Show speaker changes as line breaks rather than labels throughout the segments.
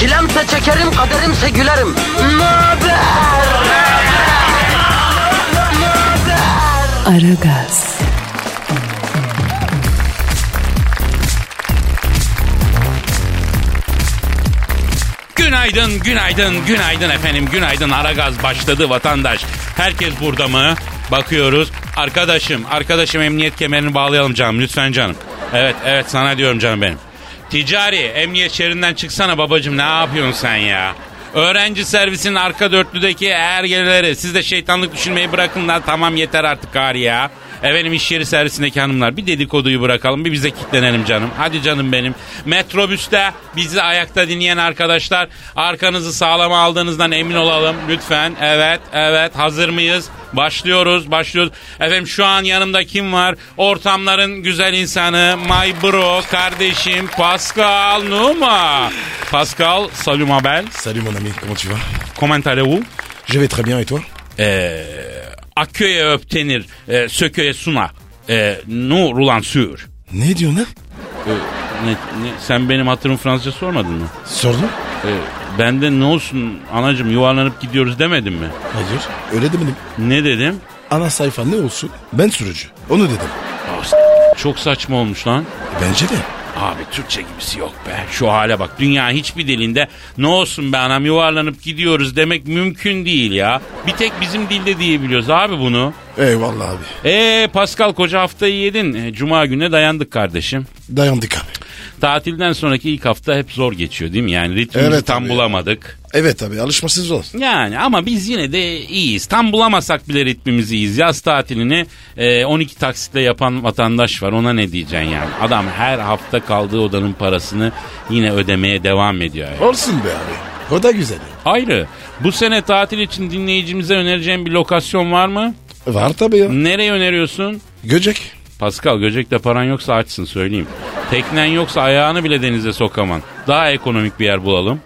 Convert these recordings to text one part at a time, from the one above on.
Çilemse çekerim, kaderimse gülerim. Möber!
Aragaz,
Günaydın, günaydın, günaydın efendim. Günaydın. Aragaz başladı vatandaş. Herkes burada mı? Bakıyoruz. Arkadaşım, arkadaşım emniyet kemerini bağlayalım canım. Lütfen canım. Evet, evet sana diyorum canım benim. Ticari, emniyet şerinden çıksana babacım. Ne yapıyorsun sen ya? Öğrenci servisinin arka dörtlüdeki ergeleri. Siz de şeytanlık düşünmeyi bırakın lan. Tamam yeter artık gari ya. Efendim iş yeri servisindeki hanımlar bir dedikoduyu bırakalım bir bize kitlenelim canım. Hadi canım benim. Metrobüste bizi ayakta dinleyen arkadaşlar arkanızı sağlama aldığınızdan emin olalım lütfen. Evet evet hazır mıyız? Başlıyoruz başlıyoruz. Efendim şu an yanımda kim var? Ortamların güzel insanı my bro kardeşim Pascal Numa. Pascal salut ma belle.
Salut mon ami, comment tu vas
Comment allez-vous?
Je vais très bien et toi
Ee, aköye öptenir, e, sököye suna. E, nu rulan sür.
Ne diyorsun lan?
Ne, ne- sen benim hatırım Fransızca sormadın mı?
Sordum.
Ee, ben de ne olsun anacım yuvarlanıp gidiyoruz demedim mi?
Hayır. Öyle demedim.
Ne dedim?
Ana sayfa ne olsun? Ben sürücü. Onu dedim.
Aa, Ah, s- Çok saçma olmuş lan.
Bence de.
Abi Türkçe gibisi yok be. Şu hale bak. Dünya hiçbir dilinde ne olsun be anam yuvarlanıp gidiyoruz demek mümkün değil ya. Bir tek bizim dilde diyebiliyoruz abi bunu.
Eyvallah abi.
Ee Pascal koca haftayı yedin. Ee, Cuma gününe dayandık kardeşim.
Dayandık abi.
Tatilden sonraki ilk hafta hep zor geçiyor değil mi? Yani ritmimizi
Evet
tam
abi.
bulamadık.
Evet abi alışması zor.
Yani ama biz yine de iyiyiz. Tam bulamasak bile ritmimizi iyiyiz. Yaz tatilini e, 12 taksitle yapan vatandaş var. Ona ne diyeceksin yani? Adam her hafta kaldığı odanın parasını yine ödemeye devam ediyor. yani.
Olsun be abi. O da güzel.
Ayrı bu sene tatil için dinleyicimize önereceğin bir lokasyon var mı?
Var tabii ya.
Nereye öneriyorsun?
Göcek.
Pascal göcekte paran yoksa açsın söyleyeyim. Teknen yoksa ayağını bile denize sokaman. Daha ekonomik bir yer bulalım.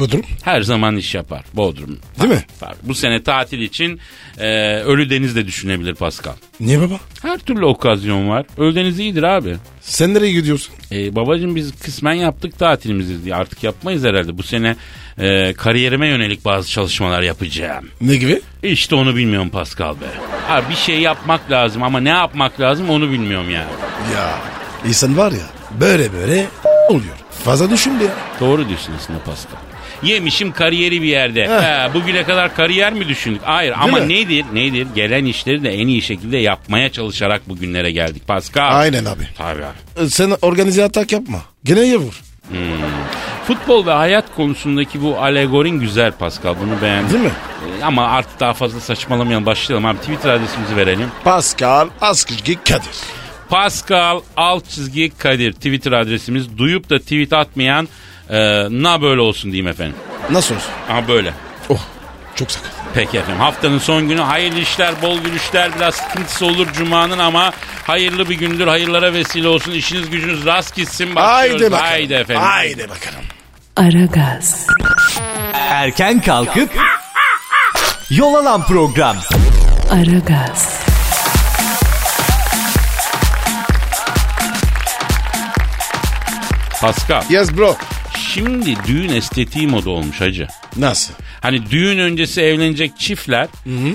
Bodrum.
Her zaman iş yapar Bodrum.
Değil mi?
Tabii. Bu sene tatil için e, Ölü Deniz de düşünebilir Pascal.
Niye baba?
Her türlü okazyon var. Ölü Deniz iyidir abi.
Sen nereye gidiyorsun?
E, babacığım biz kısmen yaptık tatilimizi diye artık yapmayız herhalde. Bu sene e, kariyerime yönelik bazı çalışmalar yapacağım.
Ne gibi?
İşte onu bilmiyorum Pascal be. Abi bir şey yapmak lazım ama ne yapmak lazım onu bilmiyorum yani.
Ya insan var ya böyle böyle oluyor. Fazla düşünme ya.
Doğru diyorsun aslında Pascal. Yemişim kariyeri bir yerde. He, bugüne kadar kariyer mi düşündük? Hayır ama
Eh. mi?
nedir? Nedir? Gelen işleri de en iyi şekilde yapmaya çalışarak bugünlere geldik Pascal.
Aynen abi.
Tabii abi.
Ee, Sen organize atak yapma. Gene yavur.
Futbol ve hayat konusundaki bu alegorin güzel Pascal. Bunu beğendim.
Değil mi?
Ee, Ama artık daha fazla saçmalamayalım. Başlayalım abi. Twitter adresimizi verelim.
Pascal Askışki Kadir.
Pascal alt çizgi Kadir Twitter adresimiz. Duyup da tweet atmayan e, na böyle olsun diyeyim efendim.
Nasıl olsun?
Aha böyle.
Oh çok sakat.
Peki efendim haftanın son günü hayırlı işler bol gülüşler biraz sıkıntısı olur cumanın ama hayırlı bir gündür hayırlara vesile olsun işiniz gücünüz rast gitsin başlıyoruz.
Haydi bakalım.
Haydi efendim.
Haydi bakalım.
Aragaz,
Erken kalkıp yol alan program.
Aragaz,
Pascal
Yes bro.
şimdi düğün estetiği moda olmuş hacı.
Nasıl?
Hani düğün öncesi evlenecek çiftler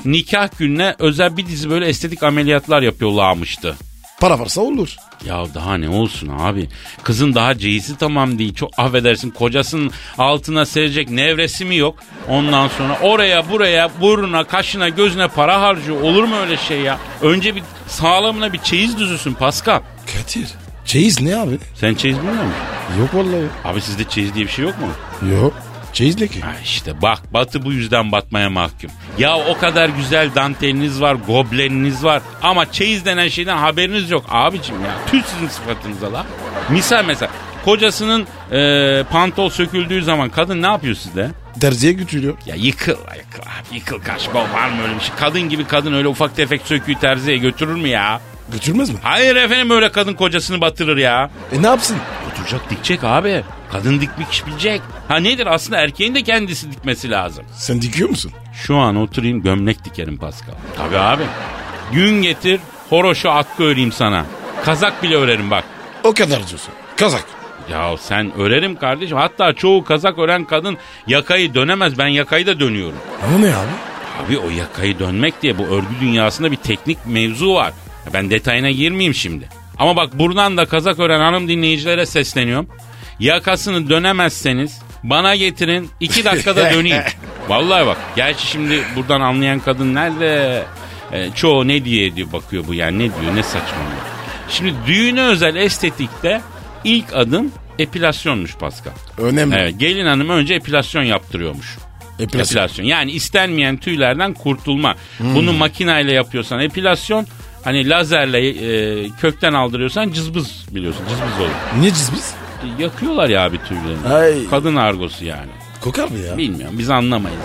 nikah gününe özel bir dizi böyle estetik ameliyatlar yapıyorlarmıştı.
Para varsa olur.
Ya daha ne olsun abi. Kızın daha C'si tamam değil. Çok affedersin kocasının altına serecek nevresi mi yok? Ondan sonra oraya buraya burnuna kaşına gözüne para harcıyor. Olur mu öyle şey ya? Önce bir sağlamına bir çeyiz düzüsün Pascal.
Kadir. Çeyiz ne abi?
Sen çeyiz bilmiyor musun?
Yok vallahi.
Abi sizde çeyiz diye bir şey yok mu?
Yok. Çeyiz ne ki?
Ha işte bak batı bu yüzden batmaya mahkum. Ya o kadar güzel danteliniz var, gobleniniz var ama çeyiz denen şeyden haberiniz yok abicim ya. Tüh sizin sıfatınıza la. Misal mesela Kocasının e, pantol söküldüğü zaman kadın ne yapıyor sizde?
Terziye götürüyor.
Ya yıkıl, yıkıl abi yıkıl kaçma var mı öyle bir şey? Kadın gibi kadın öyle ufak tefek söküğü terziye götürür mü ya?
Götürmez mi?
Hayır efendim öyle kadın kocasını batırır ya.
E ne yapsın?
Oturacak dikecek abi. Kadın dikmiş bilecek. Ha nedir aslında erkeğin de kendisi dikmesi lazım.
Sen dikiyor musun?
Şu an oturayım gömlek dikerim Pascal. Tabii abi. Gün getir horoşa atkı öreyim sana. Kazak bile örerim bak.
O kadar diyorsun. Kazak.
Ya sen örerim kardeşim. Hatta çoğu kazak ören kadın yakayı dönemez. Ben yakayı da dönüyorum.
O ne abi?
Abi o yakayı dönmek diye bu örgü dünyasında bir teknik mevzu var. Ya Ben detayına girmeyeyim şimdi. Ama bak buradan da kazak ören hanım dinleyicilere sesleniyorum. Yakasını dönemezseniz bana getirin iki dakikada döneyim. Vallahi bak gerçi şimdi buradan anlayan kadın nerede e, çoğu ne diye diyor bakıyor bu yani ne diyor ne saçmalıyor. Şimdi düğüne özel estetikte ilk adım epilasyonmuş Pascal.
Önemli. E,
Evet gelin hanım önce epilasyon yaptırıyormuş.
Epilasyon.
Epilasyon. Yani istenmeyen tüylerden kurtulma.
Hmm.
Bunu makinayla yapıyorsan epilasyon, hani lazerle e, kökten aldırıyorsan cızbız biliyorsun. Cızbız olur.
Niye cizbiz?
E, Yakıyorlar ya abi tüylerini.
Ay.
Kadın argosu yani.
Kokar mı ya?
Bilmiyorum biz anlamayız.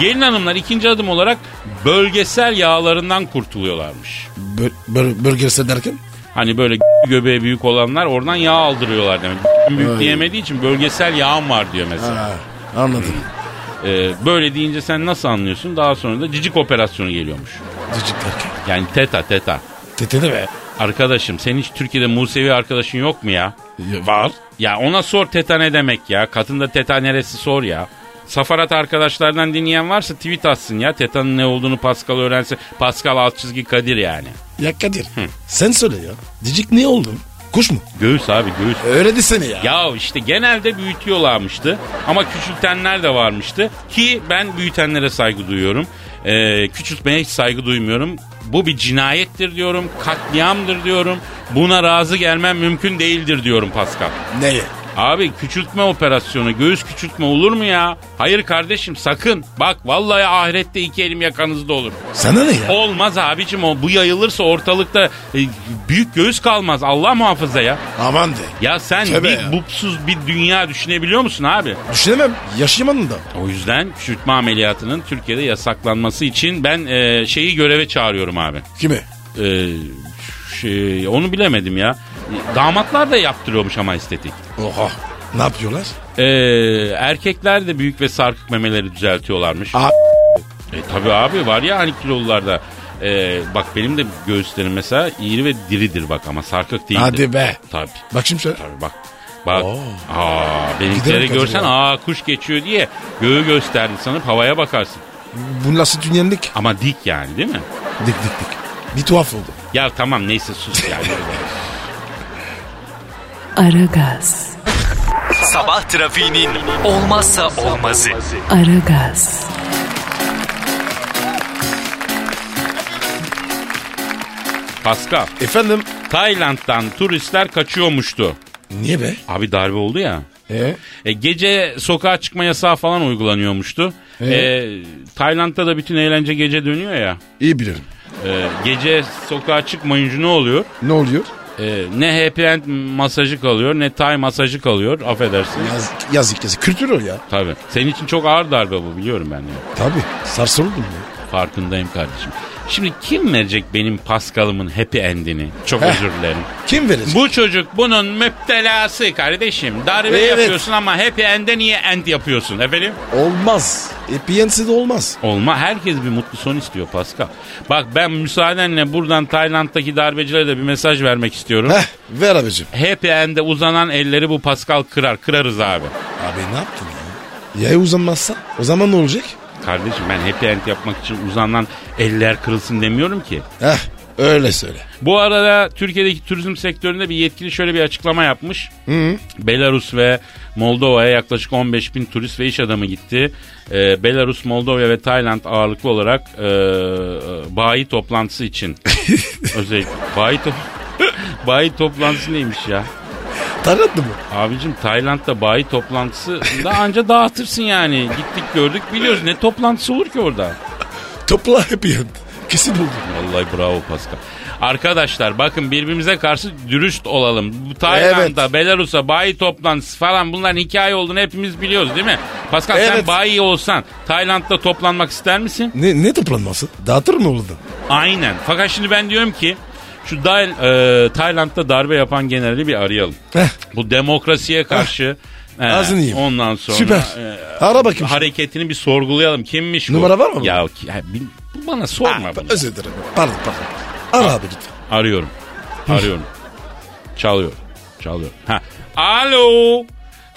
Gelin hanımlar ikinci adım olarak bölgesel yağlarından kurtuluyorlarmış.
Bö- bö- bölgesel derken?
Hani böyle göbeği büyük olanlar oradan yağ aldırıyorlar demek. Büyük diyemediği için bölgesel yağım var diyor mesela.
Ha, anladım.
Ee, böyle deyince sen nasıl anlıyorsun? Daha sonra da cicik operasyonu geliyormuş.
Cicik derken.
Yani teta teta.
Tetede be.
Arkadaşım senin hiç Türkiye'de Musevi arkadaşın yok mu ya?
Ya, Var.
Ya ona sor teta ne demek ya? Katında teta neresi sor ya. Safarat arkadaşlardan dinleyen varsa tweet atsın ya. Teta'nın ne olduğunu Pascal öğrense. Pascal alt çizgi Kadir yani.
Ya Kadir. Sen söyle ya. Cicik ne oldu? Kuş mu?
Göğüs abi göğüs.
Öyle desene ya.
Ya işte genelde büyütüyorlarmıştı ama küçültenler de varmıştı ki ben büyütenlere saygı duyuyorum. Ee, küçültmeye hiç saygı duymuyorum. Bu bir cinayettir diyorum, katliamdır diyorum. Buna razı gelmem mümkün değildir diyorum Pascal.
Neye?
Abi küçültme operasyonu, göğüs küçültme olur mu ya? Hayır kardeşim sakın. Bak vallahi ahirette iki elim yakanızda olur.
Sana ne ya?
Olmaz abicim o bu yayılırsa ortalıkta e, büyük göğüs kalmaz. Allah muhafaza ya.
Aman de.
Ya sen
Tövbe
bir
ya.
bupsuz bir dünya düşünebiliyor musun abi?
Düşünemem. Yaşayamadım da.
O yüzden küçültme ameliyatının Türkiye'de yasaklanması için ben e, şeyi göreve çağırıyorum abi.
Kime?
E, şey, onu bilemedim ya. E, Damatlar da yaptırıyormuş ama estetik.
Oha. Ne yapıyorlar?
E, erkekler de büyük ve sarkık memeleri düzeltiyorlarmış.
A-
E, tabii abi var ya hani kilolularda. E, bak benim de göğüslerim mesela iri ve diridir bak ama sarkık değildir.
Hadi be.
Tabii.
Bak şimdi söyle.
Tabii bak. Bak.
Oo.
Aa,
Gidelim
benimkileri
Kadir
görsen
ya.
aa kuş geçiyor diye göğü gösterdi sanıp havaya bakarsın.
Bu nasıl dünyenlik?
Ama dik yani değil mi?
Dik dik dik. Bir tuhaf oldu.
Ya tamam neyse sus yani.
Aragaz,
Sabah trafiğinin olmazsa olmazı.
Aragaz,
Pascal,
Efendim?
Tayland'dan turistler kaçıyormuştu.
Niye be?
Abi darbe oldu ya.
E?
E, gece sokağa çıkma yasağı falan uygulanıyormuştu.
Ee?
E, Tayland'da da bütün eğlence gece dönüyor ya.
İyi bilirim.
E, gece sokağa çıkmayınca ne oluyor?
Ne oluyor?
E, ne happy end masajı kalıyor ne Tay masajı kalıyor. Affedersin.
Yazık yazık. yazık. Kültür o ya.
Tabii. Senin için çok ağır darbe bu biliyorum ben. ya.
Tabii. Sarsıldım ya.
Farkındayım kardeşim. Şimdi kim verecek benim Pascal'ımın happy endini? Çok özür dilerim.
Kim verecek?
Bu çocuk bunun müptelası kardeşim. Darbe
Evet.
yapıyorsun ama happy end'e niye end yapıyorsun efendim?
Olmaz. EPN'si de E, olmaz.
Olma herkes bir mutlu son istiyor Pascal. Bak ben müsaadenle buradan Tayland'daki darbecilere de bir mesaj vermek istiyorum.
Heh, ver abicim.
Happy end'e uzanan elleri bu Pascal kırar. Kırarız abi.
Abi ne yaptın ya? Ya uzanmazsa? O zaman ne olacak?
Kardeşim ben happy end yapmak için uzanan eller kırılsın demiyorum ki.
Heh, öyle söyle.
Bu arada Türkiye'deki turizm sektöründe bir yetkili şöyle bir açıklama yapmış. Belarus ve Moldova'ya yaklaşık 15 bin turist ve iş adamı gitti. Ee, Belarus, Moldova ve Tayland ağırlıklı olarak e, e, bayi toplantısı için. Özellikle bayi, to- bayi toplantısı neymiş ya?
Tarlattı mı?
Abicim Tayland'da bayi toplantısı da anca dağıtırsın yani. Gittik gördük biliyoruz ne toplantısı olur ki orada.
Topla hep yan. Kesin oldu.
Vallahi bravo Pascal. Arkadaşlar bakın birbirimize karşı dürüst olalım. Bu Tayland'a, Belarus'a, bayi toplantısı falan bunların hikaye olduğunu hepimiz biliyoruz değil mi? Pascal sen
Evet.
bayi olsan Tayland'da toplanmak ister misin?
Ne, ne toplanması? Dağıtır mı oldu?
Aynen. Fakat şimdi ben diyorum ki şu Day- e, Tayland'da darbe yapan generali bir arayalım.
Heh.
Bu demokrasiye karşı e,
Ah, Ağzını yiyeyim.
ondan sonra
Süper.
e,
Ara bakayım.
hareketini bir sorgulayalım. Kimmiş bu?
Numara var mı? Ah,
Ya, ki- ya bil- bu bana sorma bunu.
Özür dilerim. Pardon pardon. Ara abi lütfen.
Arıyorum. Arıyorum. Çalıyor. Çalıyor. Ha. Alo.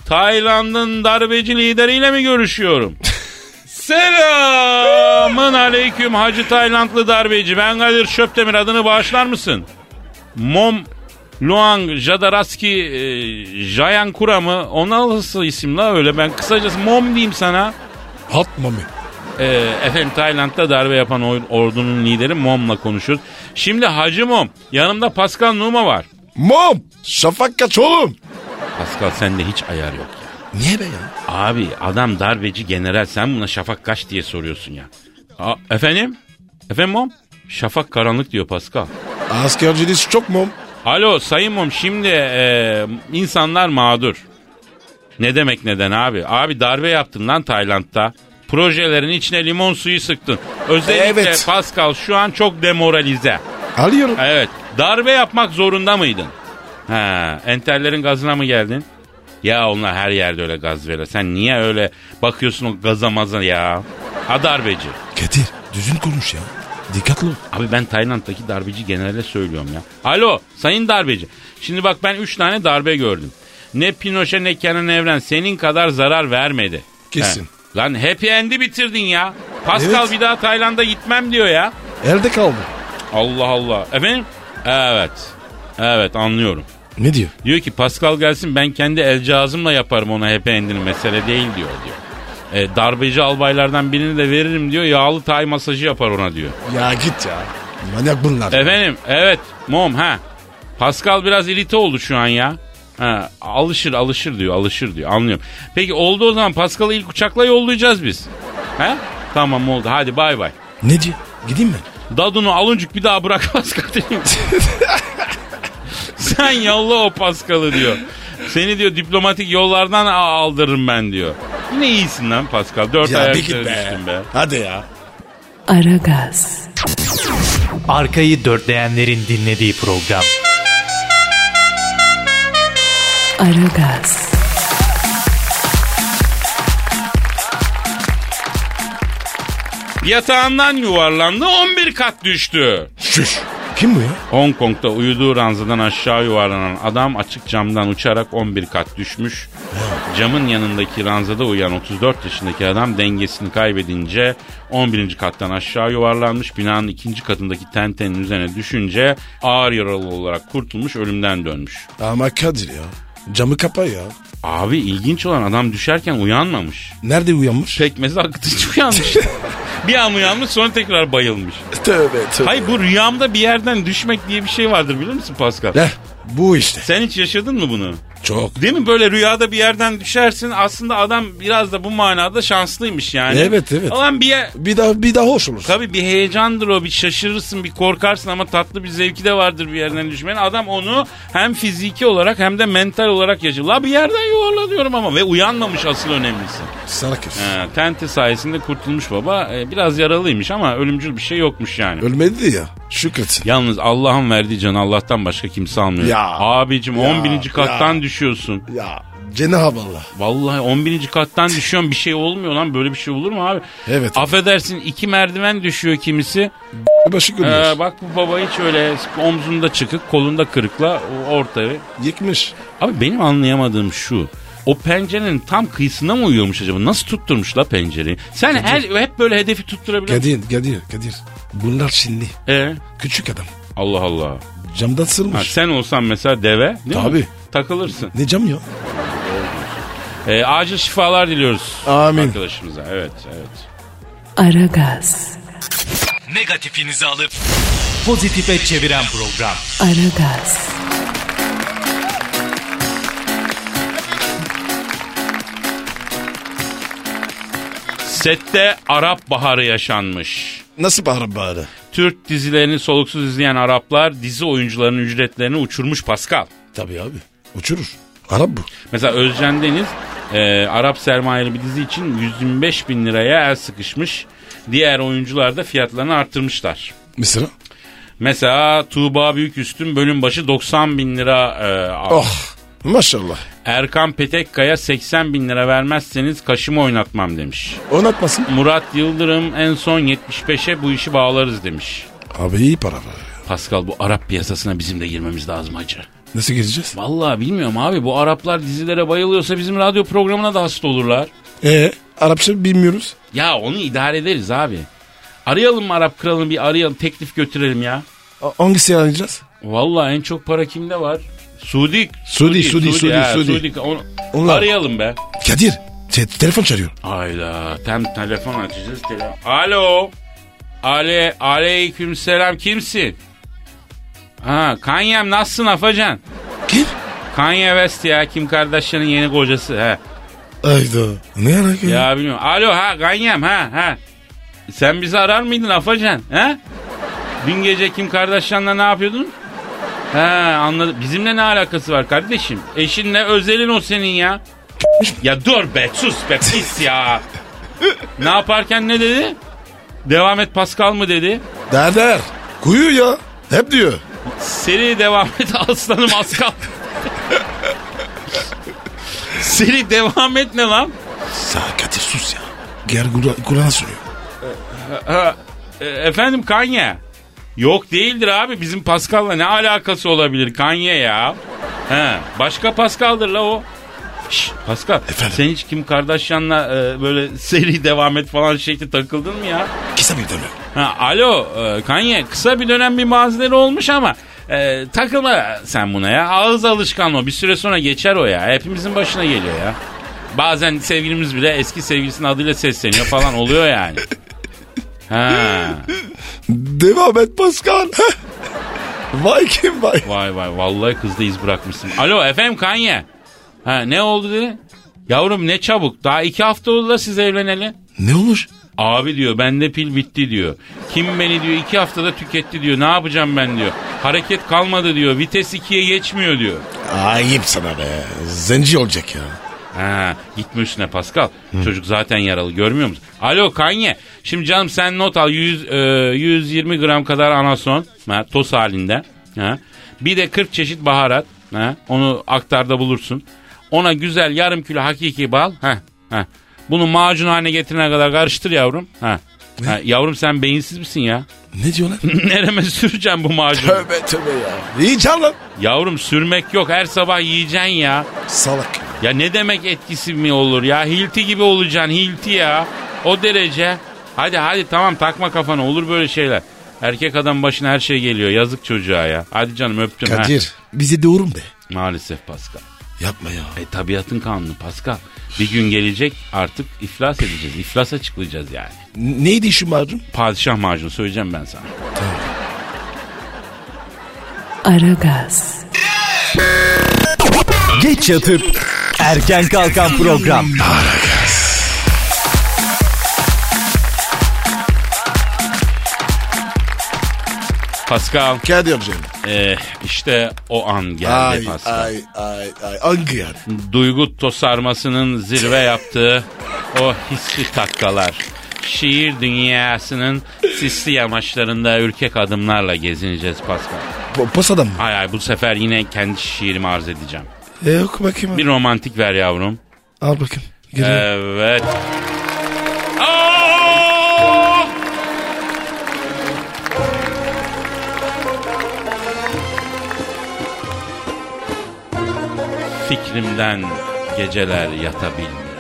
Tayland'ın darbeci lideriyle mi görüşüyorum? Selamın aleyküm Hacı Taylandlı darbeci. Ben Kadir Şöptemir adını bağışlar mısın? Mom Luang Jadaraski e, Jayankura mı? O nasıl isim la öyle? Ben kısacası Mom diyeyim sana.
Hot mami.
Ee, efendim Tayland'da darbe yapan or- ordunun lideri Mom'la konuşuyoruz. Şimdi Hacı Mom, yanımda Pascal Numa var.
Mom. Şafak kaç oğlum.
Pascal sende hiç ayar yok ya.
Niye be ya?
Abi adam darbeci general sen buna şafak kaç diye soruyorsun ya. Aa, efendim? Efendim Mom? Şafak karanlık diyor Pascal.
Askerciliği çok mom.
Alo Sayın Mom şimdi e, insanlar mağdur. Ne demek neden abi? Abi darbe yaptın lan Tayland'da. Projelerin içine limon suyu sıktın. Özellikle
Evet.
Pascal şu an çok demoralize.
Alıyorum.
Evet. Darbe yapmak zorunda mıydın? Ha, enterlerin gazına mı geldin? Ya onlar her yerde öyle gaz veriyor. Sen niye öyle bakıyorsun o gaza maza ya? Ha darbeci.
Kadir düzgün konuş ya. Dikkatli ol.
Abi ben Tayland'daki darbeci generale söylüyorum ya. Alo sayın darbeci. Şimdi bak ben 3 tane darbe gördüm. Ne Pinochet ne Kenan Evren senin kadar zarar vermedi.
Kesin.
He. Lan happy end'i bitirdin ya. Pascal
Evet.
bir daha Tayland'a gitmem diyor ya.
Elde kaldı.
Allah Allah. Efendim? Evet. Evet anlıyorum.
Ne diyor?
Diyor ki Pascal gelsin ben kendi el cihazımla yaparım ona hep endini mesele değil diyor diyor. E, darbeci albaylardan birini de veririm diyor yağlı tay masajı yapar ona diyor.
Ya git ya. Manyak bunlar.
Efendim evet mom ha. Pascal biraz irite oldu şu an ya. Ha, alışır alışır diyor alışır diyor anlıyorum. Peki oldu o zaman Pascal'ı ilk uçakla yollayacağız biz. He? Tamam oldu hadi bay bay.
Ne diyor? Gideyim mi?
Dadun'u alıncık bir daha bırakmaz kadın. Sen yolla o Paskal'ı diyor. Seni diyor diplomatik yollardan a- aldırırım ben diyor. Yine iyisin lan Pascal. Dört
Ya
ayak
bir git
üzere
be.
düştün be.
Hadi ya.
Aragaz,
Arkayı dörtleyenlerin dinlediği program.
Aragaz,
Yatağından yuvarlandı 11 kat düştü.
Şuş. Kim bu ya?
Hong Kong'da uyuduğu ranzadan aşağı yuvarlanan adam açık camdan uçarak 11 kat düşmüş. Camın yanındaki ranzada uyuyan 34 yaşındaki adam dengesini kaybedince 11. kattan aşağı yuvarlanmış. Binanın ikinci katındaki tentenin üzerine düşünce ağır yaralı olarak kurtulmuş ölümden dönmüş.
Ama Kadir ya. Camı kapa ya.
Abi ilginç olan adam düşerken uyanmamış.
Nerede uyanmış?
Pekmezi akıtıcı uyanmış. bir an uyanmış sonra tekrar bayılmış.
Tövbe tövbe.
Hayır bu rüyamda bir yerden düşmek diye bir şey vardır bilir misin Pascal?
Heh, bu işte.
Sen hiç yaşadın mı bunu?
Çok.
Değil mi böyle rüyada bir yerden düşersin aslında adam biraz da bu manada şanslıymış yani.
Evet, evet.
Ulan bir yer...
Bir daha bir daha hoş olur.
Tabii bir heyecandır o bir şaşırırsın bir korkarsın ama tatlı bir zevki de vardır bir yerden düşmenin. Adam onu hem fiziki olarak hem de mental olarak yaşıyor. La bir yerden yuvarlanıyorum ama ve uyanmamış asıl önemlisi.
Sana kız.
Ha, tente sayesinde kurtulmuş baba Ee, biraz yaralıymış ama ölümcül bir şey yokmuş yani.
Ölmedi ya. Şükret.
Yalnız Allah'ın verdiği canı Allah'tan başka kimse almıyor.
Ya.
Abicim
Ya.
11. kattan düşüyorsun.
Ya. Cenab-ı Allah.
Vallahi 11. kattan düşüyorsun bir şey olmuyor lan böyle bir şey olur mu abi?
Evet.
Affedersin iki merdiven düşüyor kimisi.
Başı
Ee,
görüyoruz.
bak bu baba hiç öyle omzunda çıkık kolunda kırıkla o ortaya.
Yıkmış.
Abi benim anlayamadığım şu. O pencerenin tam kıyısına mı uyuyormuş acaba? Nasıl tutturmuş la pencereyi? Sen her, hep böyle hedefi tutturabiliyor musun?
Kadir, Kadir, Kadir. Bunlar şimdi.
Ee,
Küçük adam.
Allah Allah.
Camdan
Ha,
sırmış.
sen olsan mesela deve değil mi?
Tabii.
Takılırsın.
Ne cam ya?
Ee, acil şifalar diliyoruz.
Amin.
Arkadaşımıza evet evet.
Aragaz,
Negatifinizi alıp pozitife çeviren program.
Aragaz,
Sette Arap Baharı yaşanmış.
Nasıl bağırıp bağırı?
Türk dizilerini soluksuz izleyen Araplar dizi oyuncularının ücretlerini uçurmuş Pascal.
Tabii abi. Uçurur. Arap bu.
Mesela Özcan Deniz e, Arap sermayeli bir dizi için 125 bin liraya el sıkışmış. Diğer oyuncular da fiyatlarını arttırmışlar.
Mısır'a.
Mesela Tuğba Büyüküstün bölüm başı 90 bin lira e, aldı.
Oh maşallah.
Erkan Petekkaya 80 bin lira vermezseniz kaşımı oynatmam demiş.
Oynatmasın.
Murat Yıldırım en son 75'e bu işi bağlarız demiş.
Abi iyi para var.
Pascal bu Arap piyasasına bizim de girmemiz lazım hacı.
Nasıl gireceğiz?
Vallahi bilmiyorum abi bu Araplar dizilere bayılıyorsa bizim radyo programına da hasta olurlar.
Ee, Arapça bilmiyoruz.
Ya onu idare ederiz abi. Arayalım mı Arap kralını bir arayalım teklif götürelim ya.
A- hangisini arayacağız?
Vallahi en çok para kimde var? Sudik.
Sudi, Sudi, Sudi,
ha,
Sudi.
Onu-
Onlar.
Arayalım be.
Kadir. te- telefon çağırıyor.
Hayda. Tam telefon açacağız. Telefon. Alo. Ale, aleyküm selam. Kimsin? Ha, Kanyem nasılsın Afacan?
Kim?
Kanye West ya Kim Kardashian'ın yeni kocası. He.
Ayda. Ne alaka? Ya.
Ya bilmiyorum. Alo ha Ganyem ha ha. Sen bizi arar mıydın Afacan? Ha? Dün gece Kim Kardashian'la ne yapıyordun? He anladım. Bizimle ne alakası var kardeşim? Eşinle özelin o senin ya. Ya dur be sus be pis ya. ne yaparken ne dedi? Devam et Pascal mı dedi?
Derder. Kuyu ya. Hep diyor.
Seri devam et aslanım az kal. Seri devam et ne lan?
Sağ Kadir sus ya. Ger kula- kulağına sürüyor.
Ha, e, efendim Kanye. Yok değildir abi bizim Pascal'la ne alakası olabilir Kanye ya. He, başka Pascal'dır la o. Şş, Pascal
Efendim?
sen hiç Kim Kardashian'la e, böyle seri devam et falan şekli takıldın mı ya?
Kısa bir dönem.
Ha, alo e, Kanye kısa bir dönem bir mazileri olmuş ama e, takılma sen buna ya. Ağız alışkanlığı bir süre sonra geçer o ya. Hepimizin başına geliyor ya. Bazen sevgilimiz bile eski sevgilisinin adıyla sesleniyor falan oluyor yani. Ha,
Devam et Pascal. vay kim vay.
vay vay vallahi kızda iz bırakmışsın. Alo efendim Kanye. Ha, ne oldu dedi? Yavrum ne çabuk daha iki hafta oldu da siz evleneli.
Ne olur?
Abi diyor bende pil bitti diyor. Kim beni diyor iki haftada tüketti diyor. Ne yapacağım ben diyor. Hareket kalmadı diyor. Vites 2'ye geçmiyor diyor.
Ayıp sana be. Zenci olacak ya.
Ha, gitme üstüne Pascal. Çocuk zaten yaralı görmüyor musun? Alo Kanye. Şimdi canım sen not al. 100, e, 120 gram kadar anason. Ha, toz halinde. Ha. Bir de 40 çeşit baharat. Ha. Onu aktarda bulursun. Ona güzel yarım kilo hakiki bal. Ha, ha. Bunu macun haline getirene kadar karıştır yavrum. Ha. Ha, yavrum sen beyinsiz misin ya?
Ne diyorlar?
Nereme süreceğim bu macunu?
tövbe tövbe ya. İyi can lan.
Yavrum sürmek yok her sabah yiyeceksin ya.
Salak.
Ya ne demek etkisi mi olur ya? Hilti gibi olacaksın hilti ya. O derece. Hadi hadi tamam takma kafana olur böyle şeyler. Erkek adam başına her şey geliyor yazık çocuğa ya. Hadi canım öptüm. ha.
Kadir. Bizi doğurun be.
Maalesef Pascal.
Yapma ya.
E tabiatın kanunu Pascal. Bir gün gelecek artık iflas edeceğiz. İflasa açıklayacağız yani.
N- Neydi şu macun?
Padişah macunu söyleyeceğim ben sana.
Aragaz,
Geç yatıp erken kalkan program.
Pascal
Kadir canım.
e, işte o an geldi
Ay,
Pascal.
ay ay ay. Hangi yani?
duygu tosarmasının zirve yaptığı o hisli takkalar. Şiir dünyasının sisli yamaçlarında ürkek adımlarla gezineceğiz Pascal.
Po- Posada mı?
Hay hay bu sefer yine kendi şiirimi arz edeceğim.
E oku bakayım.
Bir romantik ver yavrum.
Al bakayım. Geliyor.
Evet. Aa! Fikrimden geceler yatabilmiren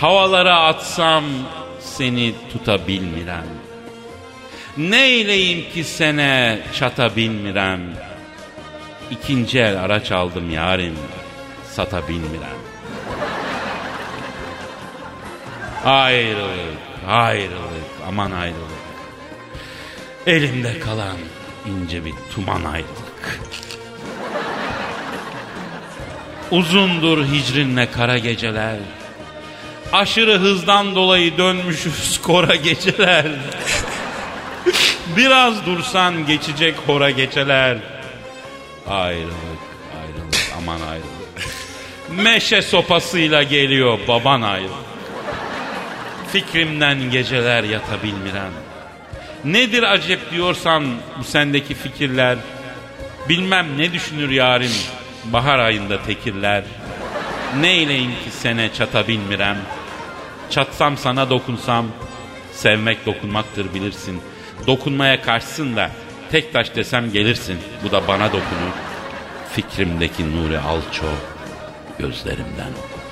Havalara atsam seni tutabilmiren Neyleyim ki sene çatabilmiren İkinci el araç aldım yarim Satabilmiren Ayrılık, ayrılık, aman ayrılık. Elimde kalan ince bir tuman ayrılık. Uzundur hicrinle kara geceler. Aşırı hızdan dolayı dönmüşüz skora geceler. Biraz dursan geçecek hora geçeler. Ayrılık, ayrılık, aman ayrılık. Meşe sopasıyla geliyor baban ayrılık. Fikrimden geceler yatabilmiren. Nedir acep diyorsan bu sendeki fikirler. Bilmem ne düşünür yarim bahar ayında tekirler. Neyleyim ki sene çatabilmirem. Çatsam sana dokunsam sevmek dokunmaktır bilirsin. Dokunmaya karşısın da tek taş desem gelirsin. Bu da bana dokunur. Fikrimdeki nuri alço gözlerimden oku.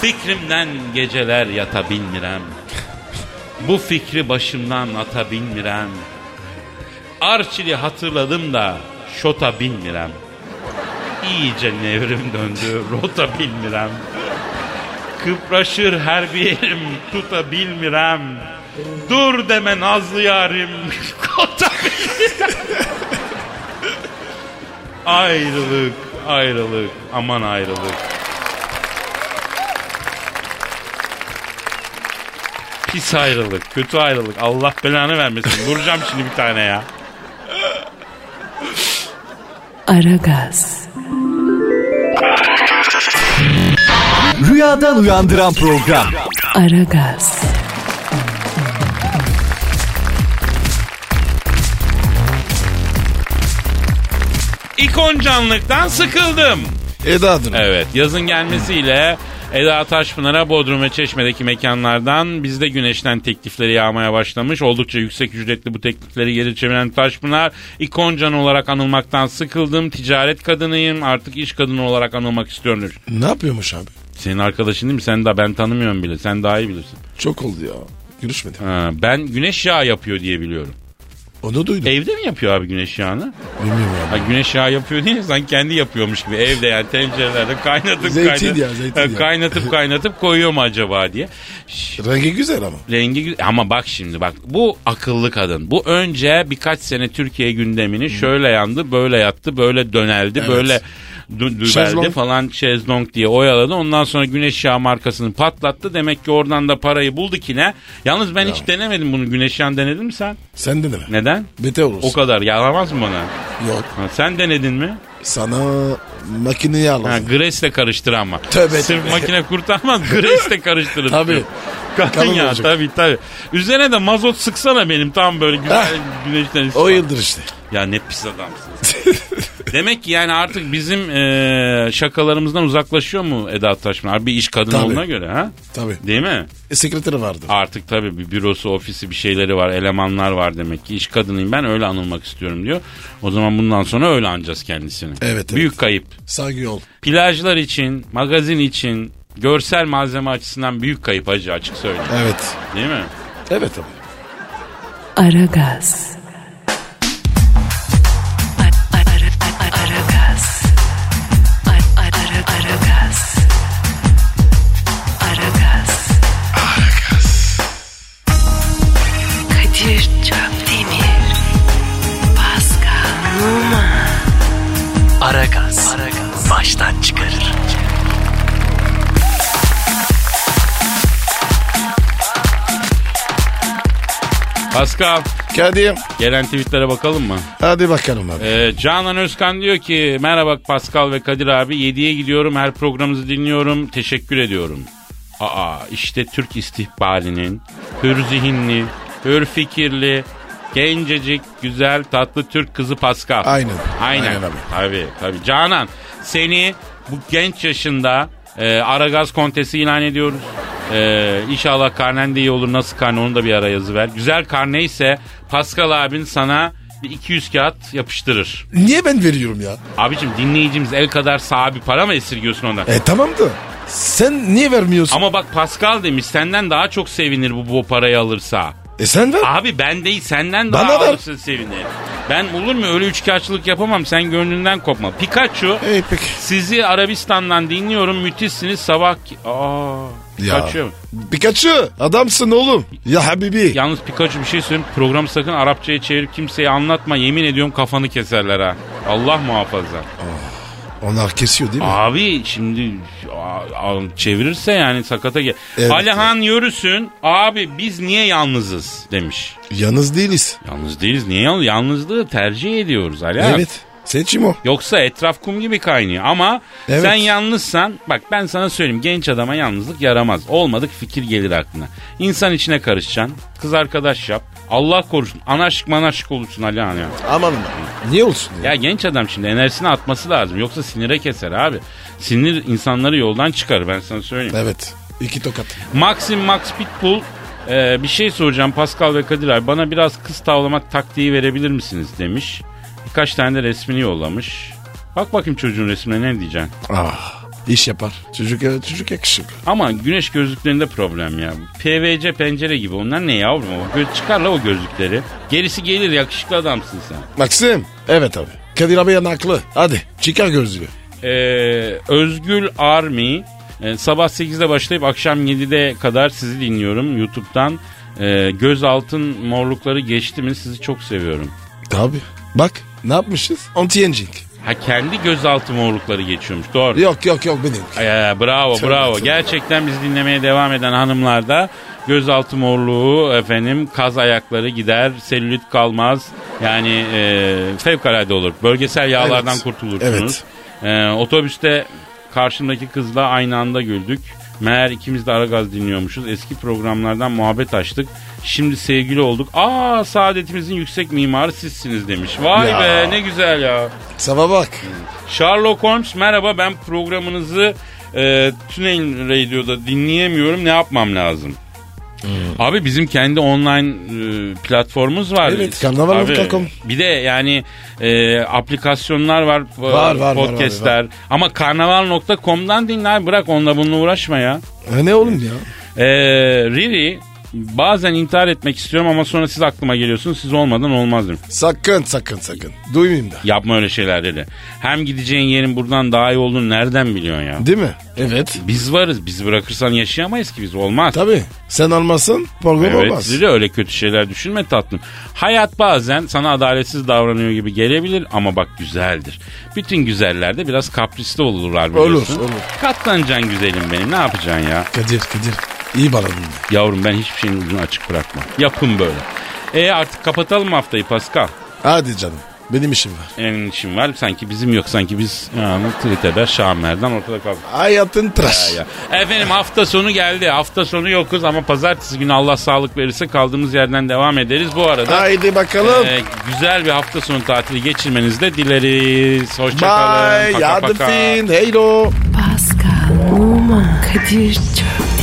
Fikrimden geceler yatabilmirem. Bu fikri başımdan atabilmirem. Arçili hatırladım da şota binmirem. İyice nevrim döndü rota bilmirem. Kıpraşır her bir yerim tuta bilmirem. Dur deme nazlı yarim kota bilmirem. ayrılık ayrılık aman ayrılık. Pis ayrılık, kötü ayrılık. Allah belanı vermesin. Vuracağım şimdi bir tane ya.
Aragaz,
Rüyadan uyandıran program.
Aragaz,
İkon canlıktan sıkıldım.
Eda adına.
Evet yazın gelmesiyle Eda Taşpınar'a Bodrum ve Çeşme'deki mekanlardan bizde güneşten teklifleri yağmaya başlamış. Oldukça yüksek ücretli bu teklifleri geri çeviren Taşpınar ikoncan olarak anılmaktan sıkıldım. Ticaret kadınıyım artık iş kadını olarak anılmak istiyorum demiş.
Ne yapıyormuş abi?
Senin arkadaşın değil mi? Sen daha ben tanımıyorum bile. Sen daha iyi bilirsin.
Çok oldu ya. Görüşmedim.
Ha, ben güneş yağı yapıyor diye biliyorum.
Onu duydum.
Evde mi yapıyor abi güneş yağını?
Bilmiyorum abi.
Ha, güneş yağı yapıyor değil sanki kendi yapıyormuş gibi evde yani tencerelerde kaynatıp
Zeytin
kaynatıp,
ya, zeytin
Ha,
ya.
kaynatıp kaynatıp koyuyor mu acaba diye. Ş-
Rengi güzel ama.
Rengi gü- ama bak şimdi bak bu akıllı kadın bu önce birkaç sene Türkiye gündemini şöyle yandı böyle yattı böyle döneldi
Hmm. Evet.
böyle dü- dübeldi
Şezlong.
falan şezlong diye oyaladı ondan sonra güneş yağı markasını patlattı demek ki oradan da parayı buldu ki ne yalnız ben hiç denemedim bunu güneş yağını denedin mi sen
Sen deneme. mi?
neden
Bete olursun.
o kadar yaramaz mı bana
Yok.
Ha, sen denedin mi?
Sana makineyi al.
Ha, Grace'le karıştır ama.
Tövbe
Sırf
tövbe.
makine kurtarmaz Grace'le karıştırır.
Tabii.
Kadın
Kalın
ya
olacak.
tabii tabii. Üzerine de mazot sıksana benim tam böyle güzel güneşten ıslan.
Ah. o yıldır işte.
Ya ne pis adamsınız. Demek ki yani artık bizim e, şakalarımızdan uzaklaşıyor mu Eda Taşman? Bir iş kadın
Tabii.
olduğuna göre ha?
Tabii.
Değil mi?
E, sekreteri vardı.
Artık tabii bir bürosu, ofisi bir şeyleri var, elemanlar var demek ki. İş kadınıyım ben öyle anılmak istiyorum diyor. O zaman bundan sonra öyle anacağız kendisini.
evet.
Büyük kayıp.
Saygı ol.
Plajlar için, magazin için, görsel malzeme açısından büyük kayıp acı açık söyleyeyim.
Evet.
Değil mi?
Evet abi.
Aragaz. Ar- ar- ar- ar- Aragaz. Ar- ar- ar- Aragaz. Aragaz. Kadir Çöptemir. Pascal Numa.
Aragaz. Baştan çıkarır.
Pascal,
Kadir.
gelen tweetlere bakalım mı?
Hadi bakalım abi.
Ee, Canan Özkan diyor ki, merhaba Pascal ve Kadir abi, 7'ye gidiyorum, her programınızı dinliyorum, teşekkür ediyorum. Aa, işte Türk istihbalinin, hür zihinli, hür fikirli, gencecik, güzel, tatlı Türk kızı Pascal.
Aynen.
Aynen.
Aynen abi.
Tabii tabii. Canan seni bu genç yaşında e, Aragaz Kontesi ilan ediyoruz. E, inşallah karnen de iyi olur. Nasıl karne onu da bir ara yazı ver. Güzel karne ise Pascal abin sana bir 200 kağıt yapıştırır.
Niye ben veriyorum ya?
Abicim dinleyicimiz el kadar sağ bir para mı esirgiyorsun ondan?
E tamam da. Sen niye vermiyorsun?
Ama bak Pascal demiş senden daha çok sevinir bu, bu parayı alırsa.
E sen ver.
Abi ben değil senden
Bana
daha
ver.
alırsın sevinir. Ben olur mu öyle üçkağıtçılık yapamam sen gönlünden kopma. Pikachu
E peki.
Sizi Arabistan'dan dinliyorum. Müthişsiniz. Sabah ki- Aa.
Ya.
Pikachu.
Pikachu adamsın oğlum. Ya Habibi.
Yalnız Pikachu bir şey söyleyeyim. Programı sakın Arapçaya çevirip kimseye anlatma. Yemin ediyorum kafanı keserler ha. Allah muhafaza.
Onlar kesiyor değil mi?
Abi şimdi a- a- çevirirse yani sakata gel.
Evet.
Alihan Yörüsün abi biz niye yalnızız demiş.
Yalnız değiliz.
Yalnız değiliz niye yalnız? Yalnızlığı tercih ediyoruz Alihan.
Evet. Seçim o.
Yoksa etraf kum gibi kaynıyor ama
Evet.
sen yalnızsan bak ben sana söyleyeyim genç adama yalnızlık yaramaz. Olmadık fikir gelir aklına. İnsan içine karışacaksın. Kız arkadaş yap. Allah korusun anarşik manaşık olursun Alihan ya.
Aman Niye olsun ya?
Ya genç adam şimdi enerjisini atması lazım. Yoksa sinire keser abi. Sinir insanları yoldan çıkar ben sana söyleyeyim.
Evet. İki tokat.
Maxim Max Pitbull e, bir şey soracağım Pascal ve Kadir abi. Bana biraz kız tavlamak taktiği verebilir misiniz demiş. Birkaç tane de resmini yollamış. Bak bakayım çocuğun resmine ne diyeceksin.
Ah. İş yapar. Çocuk, çocuk yakışık.
Ama güneş gözlüklerinde problem ya. PVC pencere gibi onlar ne yavrum o? Göz çıkar la o gözlükleri. Gerisi gelir yakışıklı adamsın sen.
Maxim. Evet abi. Kadir abi yanaklı. Hadi çıkar gözlüğü.
Ee, Özgül Army e, sabah 8'de başlayıp akşam 7'de kadar sizi dinliyorum YouTube'dan. Ee, göz altın morlukları geçti mi sizi çok seviyorum.
Abi bak ne yapmışız? Anti-aging.
Ha kendi gözaltı morlukları geçiyormuş doğru.
Yok yok yok benim.
Ee, bravo
Tövbe,
bravo.
tövbe.
Gerçekten biz dinlemeye devam eden hanımlarda gözaltı morluğu efendim kaz ayakları gider, selülit kalmaz. Yani e, fevkalade olur. Bölgesel yağlardan
Evet.
kurtulursunuz. Ee, otobüste karşımdaki kızla aynı anda güldük. Meğer ikimiz de Aragaz dinliyormuşuz. Eski programlardan muhabbet açtık. Şimdi sevgili olduk. Aa saadetimizin yüksek mimarı sizsiniz demiş. Vay
Ya.
be ne güzel ya.
Sabah bak.
Sherlock Holmes merhaba ben programınızı e, Tünel Radio'da dinleyemiyorum ne yapmam lazım?
Hmm.
Abi bizim kendi online e, platformumuz var.
Evet, karnaval.com.
Abi, Bir de yani e, aplikasyonlar var, e,
var, var,
podcastler. Ama karnaval.com'dan dinle abi, bırak onunla bununla uğraşma ya.
Ha, ne oğlum ya?
E, Riri bazen intihar etmek istiyorum ama sonra siz aklıma geliyorsunuz siz olmadan olmaz demiş.
Sakın sakın sakın. Duymayayım da.
Yapma öyle şeyler dedi. Hem gideceğin yerin buradan daha iyi olduğunu nereden biliyorsun ya?
Değil mi? Evet.
Biz varız. Biz bırakırsan yaşayamayız ki biz. Olmaz.
Tabii. Sen almasın program
Evet
olmaz.
size de öyle kötü şeyler düşünme tatlım. Hayat bazen sana adaletsiz davranıyor gibi gelebilir ama bak güzeldir. Bütün güzeller de biraz kaprisli olurlar biliyorsun.
Olur, olur.
Katlanacaksın güzelim benim ne yapacaksın ya?
Kadir Kadir. İyi bağladın. ya.
Yavrum ben hiçbir şeyin ucunu açık bırakmam. Yapın böyle. E artık kapatalım haftayı Pascal.
Hadi canım. Benim işim var.
Senin için var sanki bizim yok sanki biz yani Triteber Şamer'den ortada kaldık.
Hayatın tıraş.
ya. Efendim hafta sonu geldi. Hafta sonu yokuz ama pazartesi günü Allah sağlık verirse kaldığımız yerden devam ederiz. Bu arada
Haydi bakalım.
e, güzel bir hafta sonu tatili geçirmenizi de dileriz. Hoşçakalın.
Bye. Yardım fin. Hello.
Pascal, Oman, Kadir çok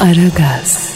Aragaz.